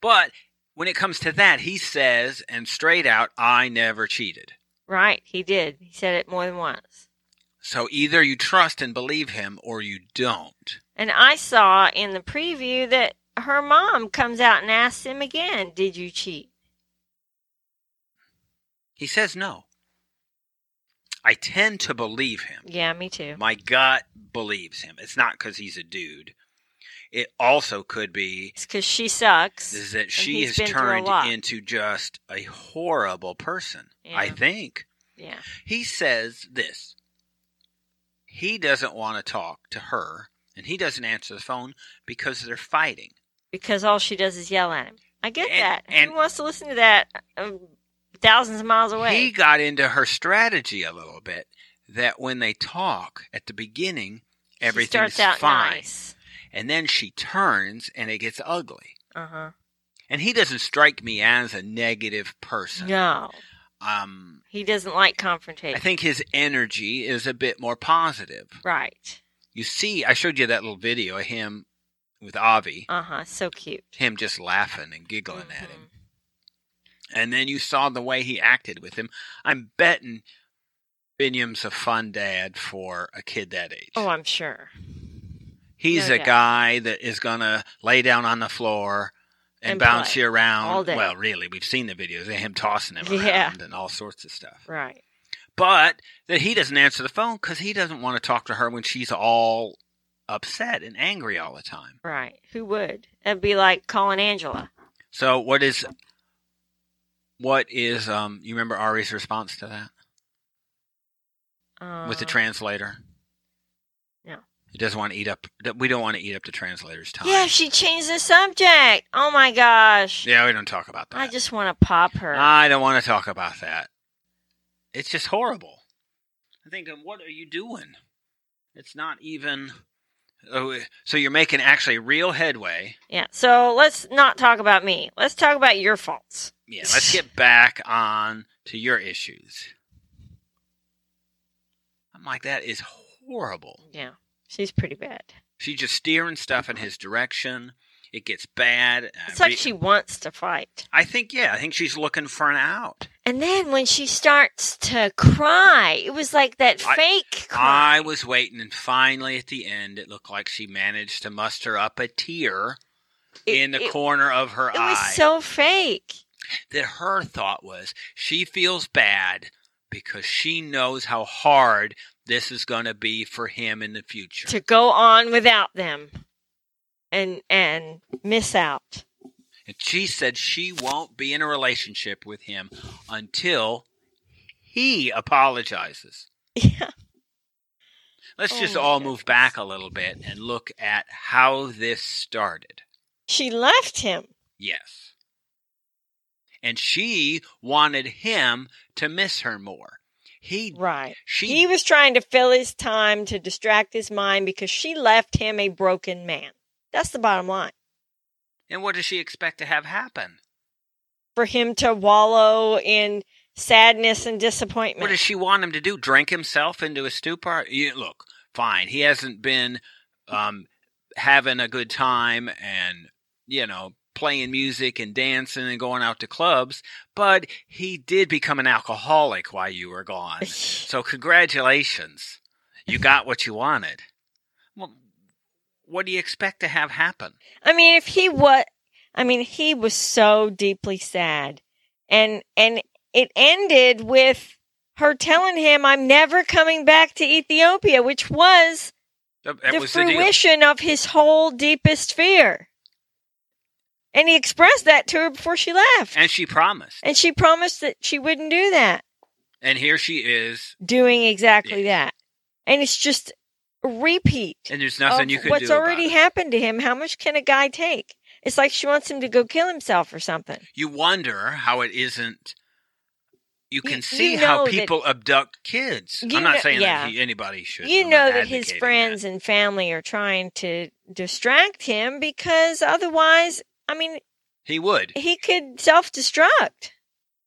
Speaker 1: But when it comes to that, he says, and straight out, I never cheated.
Speaker 2: Right? He did. He said it more than once.
Speaker 1: So either you trust and believe him or you don't.
Speaker 2: And I saw in the preview that her mom comes out and asks him again, "Did you cheat?"
Speaker 1: He says no. I tend to believe him.
Speaker 2: Yeah, me too.
Speaker 1: My gut believes him. It's not because he's a dude. It also could be
Speaker 2: It's because she sucks.
Speaker 1: is that she has
Speaker 2: he's been through a
Speaker 1: turned
Speaker 2: lot.
Speaker 1: into just a horrible person. I
Speaker 2: Yeah.
Speaker 1: think.
Speaker 2: yeah,
Speaker 1: He says this. He doesn't want to talk to her, and he doesn't answer the phone because they're fighting.
Speaker 2: because all she does is yell at him. I get
Speaker 1: And-
Speaker 2: that.
Speaker 1: and-
Speaker 2: Who wants to listen to that um, thousands of miles away?
Speaker 1: He got into her strategy a little bit that when they talk at the beginning,
Speaker 2: She
Speaker 1: everything's
Speaker 2: starts out
Speaker 1: fine.
Speaker 2: nice.
Speaker 1: And then she turns and it gets ugly.
Speaker 2: Uh huh.
Speaker 1: And he doesn't strike me as a negative person.
Speaker 2: No,
Speaker 1: Um,
Speaker 2: he doesn't like confrontation.
Speaker 1: I think his energy is a bit more positive.
Speaker 2: right.
Speaker 1: You see, I showed you that little video of him with Avi.
Speaker 2: Uh huh. So cute.
Speaker 1: him just laughing and giggling at him.
Speaker 2: Mhm.
Speaker 1: And then you saw the way he acted with him. I'm betting Binyam's a fun dad for a kid that age.
Speaker 2: Oh, I'm sure.
Speaker 1: He's
Speaker 2: no
Speaker 1: a
Speaker 2: doubt.
Speaker 1: guy that is going to lay down on the floor and,
Speaker 2: And
Speaker 1: bounce
Speaker 2: play
Speaker 1: you around.
Speaker 2: all day.
Speaker 1: Well, really, we've seen the videos of him tossing him
Speaker 2: Yeah.
Speaker 1: around and all sorts of stuff.
Speaker 2: Right.
Speaker 1: But that he doesn't answer the phone because he doesn't want to talk to her when she's all upset and angry all the time.
Speaker 2: Right. Who would? That'd be like calling Angela.
Speaker 1: So what is what is um you remember Ari's response to that
Speaker 2: Uh,
Speaker 1: with the
Speaker 2: Uh-huh.
Speaker 1: translator?
Speaker 2: no.
Speaker 1: He doesn't want to eat up we don't want to eat up the translator's time.
Speaker 2: Yeah, she changed the subject. Oh my gosh.
Speaker 1: Yeah, Ah. we don't talk about that.
Speaker 2: I just want to pop her.
Speaker 1: I don't want to talk about that. It's just horrible. I think um, what are you doing? It's not even oh, so you're making actually real headway.
Speaker 2: yeah. So let's not talk about me. Let's talk about your faults.
Speaker 1: Yeah,
Speaker 2: <laughs>
Speaker 1: let's get back on to your issues. I'm like that is horrible.
Speaker 2: Yeah. She's pretty bad.
Speaker 1: She's just steering stuff in his direction. It gets bad. and I
Speaker 2: It's like
Speaker 1: re-
Speaker 2: she wants to fight.
Speaker 1: I think, yeah, I think she's looking for an out.
Speaker 2: And then when she starts to cry, it was like that
Speaker 1: I-
Speaker 2: fake cry.
Speaker 1: I was waiting, and finally at the end, it looked like she managed to muster up a tear
Speaker 2: It-
Speaker 1: in the
Speaker 2: it-
Speaker 1: corner of her
Speaker 2: It
Speaker 1: eye.
Speaker 2: was so fake.
Speaker 1: that her thought was she feels bad because she knows how hard this is going to be for him in the future.
Speaker 2: to go on without them and and miss out <laughs>
Speaker 1: And she said she won't be in a relationship with him until he apologizes.
Speaker 2: yeah
Speaker 1: Let's
Speaker 2: Oh
Speaker 1: just
Speaker 2: my
Speaker 1: all
Speaker 2: goodness.
Speaker 1: move back a little bit and look at how this started.
Speaker 2: she left him
Speaker 1: Yes. And she wanted him to miss her more. He
Speaker 2: right
Speaker 1: she
Speaker 2: he was trying to fill his time to distract his mind because she left him a broken man that's the bottom line
Speaker 1: and what does she expect to have happen?
Speaker 2: for him to wallow in sadness and disappointment
Speaker 1: What does she want him to do? Drink himself into a stupor? You, look, fine. He hasn't been um, having a good time and, you know, playing music and dancing and going out to clubs, but he did become an alcoholic while you were gone.
Speaker 2: <laughs>
Speaker 1: So, congratulations. You got what you wanted. Well, what do you expect to have happen?
Speaker 2: I mean, if he was, I mean, he was so deeply sad, and and it ended with her telling him, "I'm never coming back to Ethiopia," which was
Speaker 1: That, that
Speaker 2: the
Speaker 1: was the deal.
Speaker 2: fruition of his whole deepest fear. And he expressed that to her before she left.
Speaker 1: And she promised.
Speaker 2: And she promised that she wouldn't do that,
Speaker 1: And here she is,
Speaker 2: doing exactly that. And it's just a repeat
Speaker 1: and there's nothing
Speaker 2: of
Speaker 1: you could
Speaker 2: what's
Speaker 1: do about
Speaker 2: already
Speaker 1: it.
Speaker 2: happened to him. How much can a guy take? It's like she wants him to go kill himself or something.
Speaker 1: You wonder how it isn't. You can
Speaker 2: you
Speaker 1: see how
Speaker 2: know that-
Speaker 1: people abduct kids.
Speaker 2: You
Speaker 1: I'm not
Speaker 2: know-
Speaker 1: saying
Speaker 2: yeah.
Speaker 1: that he, anybody should.
Speaker 2: you
Speaker 1: I'm
Speaker 2: know
Speaker 1: not
Speaker 2: that his
Speaker 1: advocating
Speaker 2: friends and family are trying to distract him because otherwise, I mean,
Speaker 1: He would.
Speaker 2: he could self destruct.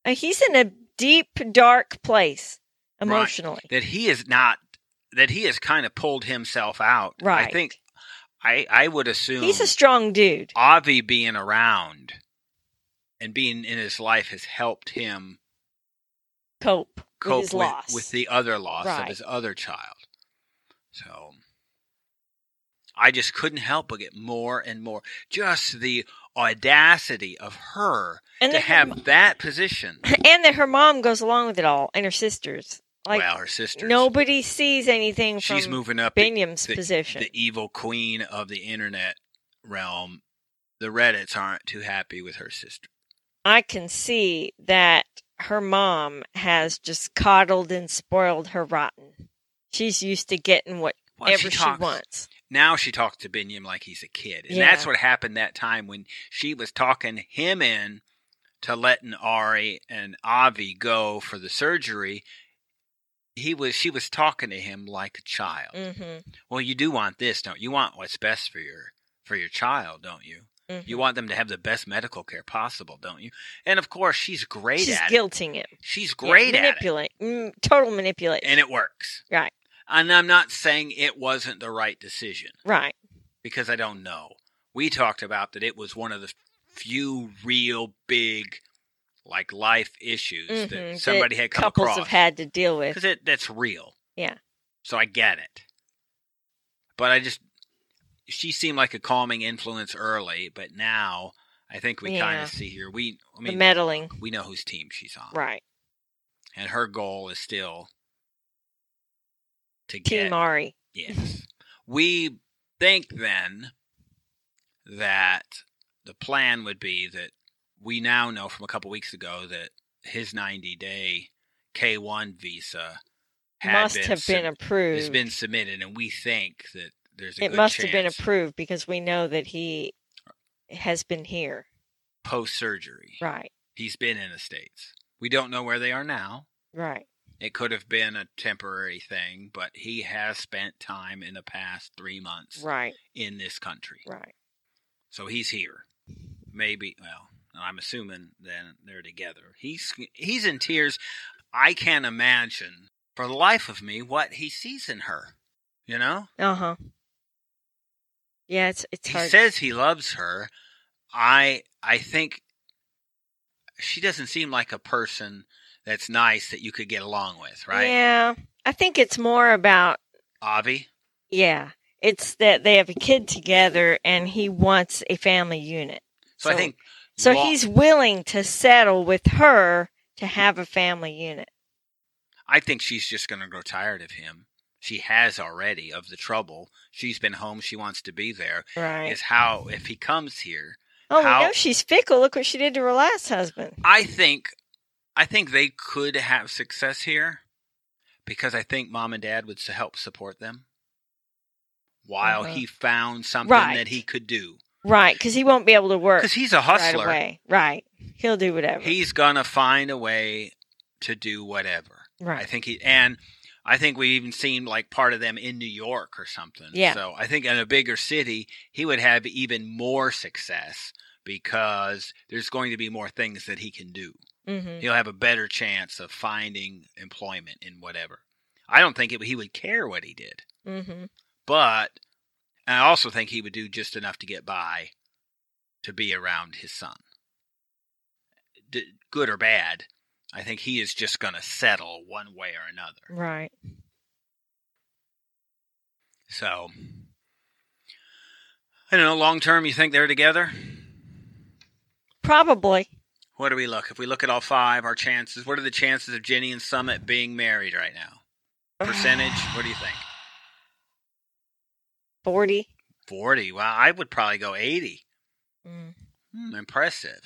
Speaker 2: He's in a deep, dark place
Speaker 1: Right.
Speaker 2: emotionally.
Speaker 1: that he is not that he has kind of pulled himself out. I
Speaker 2: Right.
Speaker 1: think I I would assume
Speaker 2: He's a strong dude.
Speaker 1: Avi being around and being in his life has helped him
Speaker 2: Cope,
Speaker 1: cope
Speaker 2: with his loss.
Speaker 1: with the other loss of
Speaker 2: Right.
Speaker 1: his other child. So I just couldn't help but get more and more just the audacity of her
Speaker 2: and,
Speaker 1: to
Speaker 2: that her
Speaker 1: have that position.
Speaker 2: m- and that her mom goes along with it all, and her sisters. <laughs> Like
Speaker 1: well, her sister.
Speaker 2: nobody sees anything
Speaker 1: she's
Speaker 2: from
Speaker 1: moving up the-
Speaker 2: Binyam's position.
Speaker 1: the evil queen of the internet realm, the Reddits aren't too happy with her sister.
Speaker 2: I can see that her mom has just coddled and spoiled her rotten. She's used to getting whatever
Speaker 1: Well,
Speaker 2: she,
Speaker 1: talks-
Speaker 2: wants.
Speaker 1: Now she talks to Binyam like he's a kid. And
Speaker 2: Yeah.
Speaker 1: that's what happened that time when she was talking him in to letting Ari and Avi go for the surgery. He was she was talking to him like a child.
Speaker 2: Mm-hmm,
Speaker 1: Well, you do want this, don't you? You want what's best for your for your child, don't you?
Speaker 2: Mm-hmm.
Speaker 1: You want them to have the best medical care possible, don't you? And of course, she's great
Speaker 2: She's
Speaker 1: at it.
Speaker 2: guilting him.
Speaker 1: She's great
Speaker 2: yeah,
Speaker 1: at it.
Speaker 2: manipulate, Mm, total manipulation.
Speaker 1: and it works.
Speaker 2: Right.
Speaker 1: And I'm not saying it wasn't the right decision
Speaker 2: right.
Speaker 1: because I don't know. We talked about that it was one of the few real big, like life issues that
Speaker 2: Mhm, that
Speaker 1: somebody had come
Speaker 2: Couples have
Speaker 1: across
Speaker 2: had to deal with.
Speaker 1: because it that's real.
Speaker 2: Yeah.
Speaker 1: So I get it, but I just she seemed like a calming influence early, but now I think we kind
Speaker 2: Yeah.
Speaker 1: of see here. We I
Speaker 2: the
Speaker 1: mean
Speaker 2: meddling.
Speaker 1: we know whose team she's on,
Speaker 2: Right.
Speaker 1: and her goal is still to
Speaker 2: Team
Speaker 1: get
Speaker 2: Ari.
Speaker 1: Yes. We think then that the plan would be that we now know from a couple weeks ago that his 90 day K1 visa had
Speaker 2: Must
Speaker 1: been
Speaker 2: have been
Speaker 1: sub-
Speaker 2: approved.
Speaker 1: has been submitted, and we think that there's a
Speaker 2: it
Speaker 1: good
Speaker 2: must
Speaker 1: chance
Speaker 2: have been approved because we know that he has been here.
Speaker 1: post surgery.
Speaker 2: Right.
Speaker 1: He's been in the States. We don't know where they are now.
Speaker 2: Right.
Speaker 1: It could have been a temporary thing, but he has spent time in the past three months
Speaker 2: Right.
Speaker 1: in this country.
Speaker 2: Right.
Speaker 1: So he's here. Maybe. Well, I'm assuming then they're together. He's he's in tears. I can't imagine for the life of me what he sees in her. You know,
Speaker 2: Uh huh. Yeah, it's it's
Speaker 1: he
Speaker 2: hard.
Speaker 1: says he loves her. I I think she doesn't seem like a person that's nice that you could get along with, right?
Speaker 2: Yeah, I think it's more about
Speaker 1: Avi.
Speaker 2: yeah. It's that they have a kid together, and he wants a family unit.
Speaker 1: So, I
Speaker 2: So-
Speaker 1: think
Speaker 2: So
Speaker 1: Wa-
Speaker 2: he's willing to settle with her to have a family unit.
Speaker 1: I think she's just going to grow tired of him. She has already of the trouble. She's been home. She wants to be there.
Speaker 2: Right.
Speaker 1: Is how if he comes here,
Speaker 2: oh,
Speaker 1: how-
Speaker 2: we know she's fickle. Look what she did to her last husband.
Speaker 1: I think I think they could have success here because I think mom and dad would s- help support them while
Speaker 2: Uh-huh.
Speaker 1: he found something
Speaker 2: Right.
Speaker 1: that he could do
Speaker 2: Right, because he won't be able to work
Speaker 1: because he's a
Speaker 2: right
Speaker 1: hustler.
Speaker 2: away. Right. He'll do whatever.
Speaker 1: he's gonna find a way to do whatever. I
Speaker 2: right.
Speaker 1: think he and I think we even seen like part of them in New York or something.
Speaker 2: Yeah.
Speaker 1: So I think in a bigger city he would have even more success because there's going to be more things that he can do.
Speaker 2: hmm
Speaker 1: he'll have a better chance of finding employment in whatever. I don't think it, he would care what he did,
Speaker 2: hmm
Speaker 1: but and I also think he would do just enough to get by to be around his son. D- good or bad, I think he is just going to settle one way or another.
Speaker 2: Right.
Speaker 1: So, I don't know, long term, you think they're together?
Speaker 2: Probably.
Speaker 1: What do we look? If we look at all five, our chances, what are the chances of Jenny and Summit being married right now? Percentage? what do you think?
Speaker 2: 40.
Speaker 1: 40. Well, I would probably go 80.
Speaker 2: Mm.
Speaker 1: Hmm, impressive.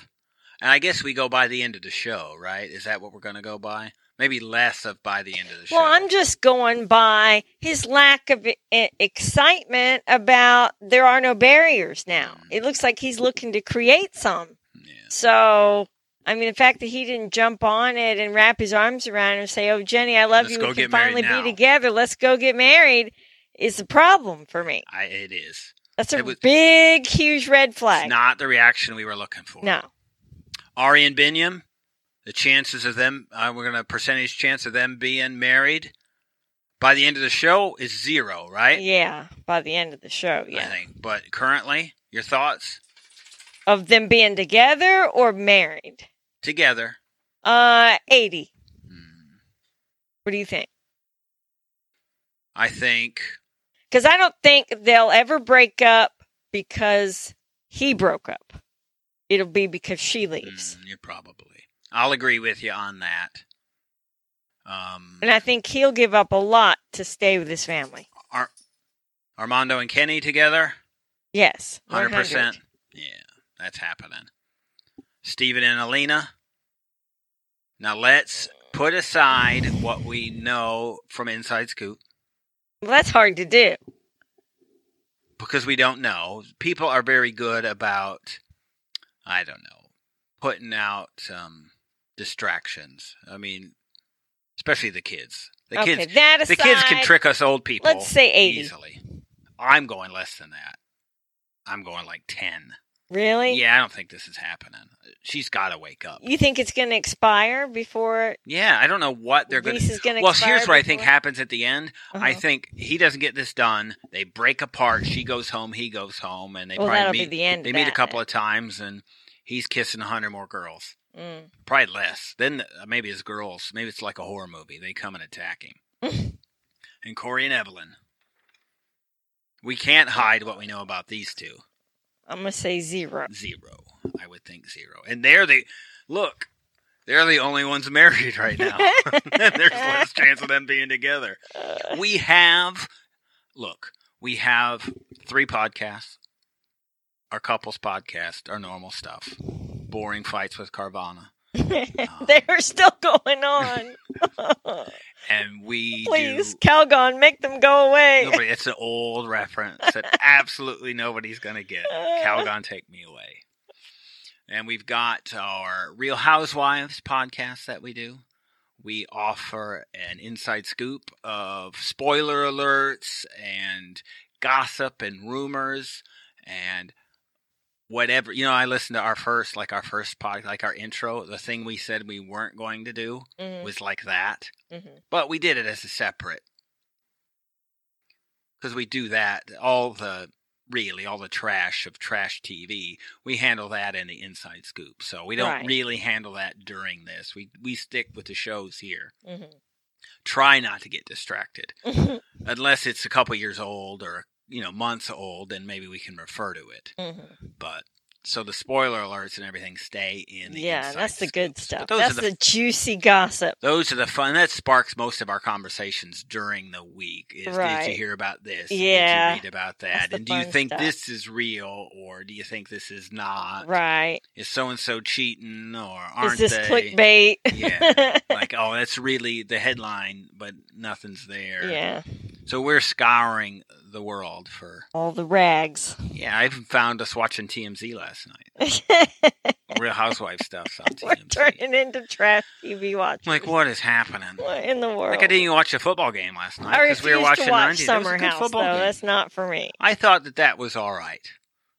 Speaker 1: And I guess we go by the end of the show, right? Is that what we're going to go by? Maybe less of by the end of the show.
Speaker 2: Well, I'm just going by his lack of e- excitement about there are no barriers now.
Speaker 1: Mm.
Speaker 2: It looks like he's looking to create some.
Speaker 1: Yeah.
Speaker 2: So, I mean, the fact that he didn't jump on it and wrap his arms around her and say, "Oh, Jenny, I love
Speaker 1: Let's
Speaker 2: you.
Speaker 1: go
Speaker 2: We
Speaker 1: get
Speaker 2: can
Speaker 1: married
Speaker 2: finally be
Speaker 1: now."
Speaker 2: together. Let's go get married," is a problem for me.
Speaker 1: I, it is.
Speaker 2: That's a
Speaker 1: It was-
Speaker 2: big, huge red
Speaker 1: It's
Speaker 2: flag.
Speaker 1: not the reaction we were looking for.
Speaker 2: no,
Speaker 1: Ari and Binyam, the chances of them, uh, we're going to percentage chance of them being married by the end of the show is zero, right?
Speaker 2: yeah. By the end of the show,
Speaker 1: I
Speaker 2: yeah,
Speaker 1: think. But currently, your thoughts
Speaker 2: of them being together or married,
Speaker 1: together.
Speaker 2: uh, eighty.
Speaker 1: Hmm.
Speaker 2: What do you think?
Speaker 1: I think
Speaker 2: Because I don't think they'll ever break up because he broke up. It'll be because she leaves.
Speaker 1: mm, you're probably. I'll agree with you on that. Um,
Speaker 2: And I think he'll give up a lot to stay with his family.
Speaker 1: Ar- Armando and Kenny together,
Speaker 2: Yes.
Speaker 1: 100%.
Speaker 2: 100%.
Speaker 1: Yeah, that's happening. Steven and Alina. Now let's put aside what we know from Inside Scoop
Speaker 2: Well, that's hard to do.
Speaker 1: because we don't know. People are very good about, I don't know, putting out um, distractions. I mean, especially the kids. The
Speaker 2: okay,
Speaker 1: kids,
Speaker 2: that aside,
Speaker 1: the kids can trick us old people.
Speaker 2: let's say 80.
Speaker 1: easily. I'm going less than that. I'm going like ten.
Speaker 2: Really?
Speaker 1: Yeah, I don't think this is happening. She's got to wake up.
Speaker 2: You think it's going to expire before
Speaker 1: Yeah, I don't know what they're going
Speaker 2: lease
Speaker 1: to.
Speaker 2: is going to
Speaker 1: Well,
Speaker 2: expire?
Speaker 1: here's what I think
Speaker 2: before-
Speaker 1: happens at the end. I
Speaker 2: Uh-huh.
Speaker 1: think he doesn't get this done. They break apart. She goes home. He goes home, and they
Speaker 2: well, that'll
Speaker 1: probably meet.
Speaker 2: be the end. of
Speaker 1: they meet a
Speaker 2: that
Speaker 1: couple of times, and he's kissing a hundred more girls.
Speaker 2: then.
Speaker 1: Probably less. Then uh, maybe it's girls. Maybe it's like a horror movie. They come and attack him. and Corey and Evelyn. We can't hide what we know about these two.
Speaker 2: Mm, I'm going to say zero.
Speaker 1: Zero. I would think zero. And they're the look. They're the only ones married right now. <laughs> There's less chance of them being together.
Speaker 2: Uh,
Speaker 1: We have look. We have three podcasts. Our couples podcast, our normal stuff, boring fights with Carvana,
Speaker 2: <laughs>
Speaker 1: Um,
Speaker 2: They're still going on. <laughs>
Speaker 1: and <laughs> we
Speaker 2: Please,
Speaker 1: do.
Speaker 2: Calgon, make them go away.
Speaker 1: Nobody, it's an old reference that absolutely nobody's going to get.
Speaker 2: <laughs>
Speaker 1: Calgon, take me away. And we've got our Real Housewives podcast that we do. We offer an inside scoop of spoiler alerts and gossip and rumors and whatever. You know, I listened to our first, like our first pod, like our intro. The thing we said we weren't going to do
Speaker 2: Mhm,
Speaker 1: was like that
Speaker 2: mhm.
Speaker 1: but we did it as a separate because we do that all the really all the trash of trash tv we handle that in the inside scoop so we don't
Speaker 2: Right.
Speaker 1: really handle that during this we we stick with the shows here
Speaker 2: Mhm.
Speaker 1: try not to get distracted
Speaker 2: Mhm.
Speaker 1: unless it's a couple years old or you know months old then maybe we can refer to it
Speaker 2: Mhm.
Speaker 1: but so the spoiler alerts <laughs> and everything stay in the
Speaker 2: yeah,
Speaker 1: Inside
Speaker 2: that's the
Speaker 1: Scoop.
Speaker 2: good stuff.
Speaker 1: those are
Speaker 2: That's
Speaker 1: the-
Speaker 2: the, juicy gossip.
Speaker 1: those are the fun that sparks most of our conversations during the week is did
Speaker 2: Right.
Speaker 1: you hear about this did
Speaker 2: Yeah.
Speaker 1: you read about
Speaker 2: That's
Speaker 1: that
Speaker 2: the
Speaker 1: and do you
Speaker 2: fun
Speaker 1: think
Speaker 2: stuff.
Speaker 1: this is real or do you think this is not
Speaker 2: Right.
Speaker 1: is so and so cheating or aren't
Speaker 2: Is this
Speaker 1: they
Speaker 2: clickbait? <laughs>
Speaker 1: yeah like oh that's really the headline but nothing's there
Speaker 2: yeah.
Speaker 1: so we're scouring the world for
Speaker 2: All the rags. <laughs>
Speaker 1: yeah i even found us watching tmz last night
Speaker 2: <laughs>
Speaker 1: real housewives stuff on
Speaker 2: We're
Speaker 1: tmz
Speaker 2: turning into trash TV watching.
Speaker 1: like what is happening
Speaker 2: What in the world?
Speaker 1: Like I didn't even watch a football game last night
Speaker 2: I
Speaker 1: because
Speaker 2: refuse
Speaker 1: we were watching
Speaker 2: to watch
Speaker 1: 90s. That was a
Speaker 2: Summer
Speaker 1: good
Speaker 2: House, though.
Speaker 1: football game.
Speaker 2: That's not for me.
Speaker 1: I thought that that was all right,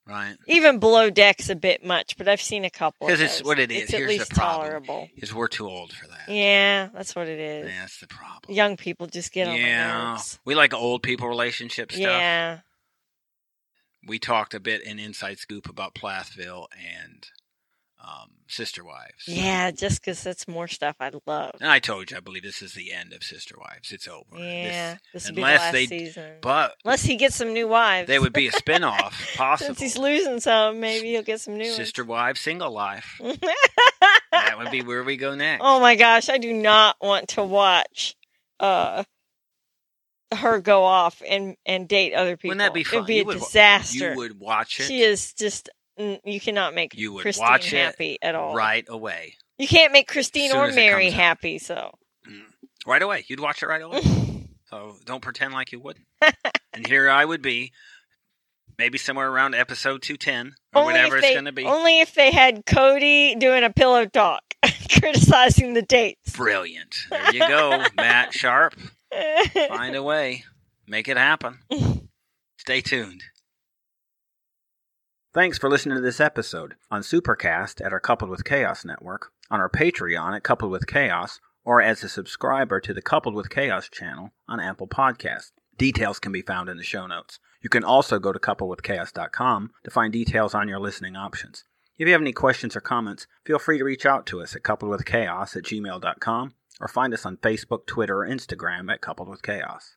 Speaker 1: right?
Speaker 2: Even Below Deck's a bit much, but I've seen a couple. Because
Speaker 1: Because it's what it is.
Speaker 2: It's at
Speaker 1: Here's the
Speaker 2: least
Speaker 1: problem.
Speaker 2: tolerable.
Speaker 1: Because we're too old for that.
Speaker 2: Yeah, that's what it is.
Speaker 1: Yeah, that's the problem.
Speaker 2: Young people just get on my
Speaker 1: yeah,
Speaker 2: nerves.
Speaker 1: we like old people relationship stuff.
Speaker 2: Yeah.
Speaker 1: We talked a bit in Inside Scoop about Plathville and um, Sister Wives.
Speaker 2: Yeah, just because that's more stuff I love.
Speaker 1: and I told you I believe this is the end of Sister Wives. It's over. This-
Speaker 2: Yeah, this would be the
Speaker 1: unless
Speaker 2: last
Speaker 1: they-
Speaker 2: season.
Speaker 1: but
Speaker 2: unless he gets some new wives.
Speaker 1: there would be a spinoff possible.
Speaker 2: <laughs> Since he's losing some, maybe he'll get some new
Speaker 1: Sister Wives, Single
Speaker 2: <laughs>
Speaker 1: Life.
Speaker 2: ones.
Speaker 1: that would be where we go next.
Speaker 2: oh my gosh, I do not want to watch. Uh, her go off and and date other people.
Speaker 1: Wouldn't that be fun?
Speaker 2: It'd be
Speaker 1: You
Speaker 2: a
Speaker 1: would wa-
Speaker 2: disaster.
Speaker 1: You would watch it
Speaker 2: She is just. mm, You cannot make
Speaker 1: You would
Speaker 2: Christine
Speaker 1: watch it
Speaker 2: happy at all.
Speaker 1: right away.
Speaker 2: You can't make Christine
Speaker 1: Soon
Speaker 2: or
Speaker 1: as it
Speaker 2: Mary
Speaker 1: comes out.
Speaker 2: happy. So
Speaker 1: Right away. You'd watch it right
Speaker 2: <laughs>
Speaker 1: away. so don't pretend like you wouldn't. and here I would be, maybe somewhere around episode 210 or
Speaker 2: only
Speaker 1: whatever
Speaker 2: if
Speaker 1: it's
Speaker 2: they,
Speaker 1: going to be.
Speaker 2: Only if they had Cody doing a pillow talk, <laughs> criticizing the dates.
Speaker 1: Brilliant. There
Speaker 2: <laughs>
Speaker 1: you go, Matt Sharp. Find a way. Make it happen. Stay tuned. Thanks for listening to this episode on Supercast at our Coupled with Chaos network, on our Patreon at Coupled with Chaos, or as a subscriber to the Coupled with Chaos channel on Apple Podcasts. Details can be found in the show notes. You can also go to coupledwithchaos.com to find details on your listening options. If you have any questions or comments, feel free to reach out to us at coupledwithchaos at gmail.com or find us on Facebook, Twitter, or Instagram at Coupled with Chaos.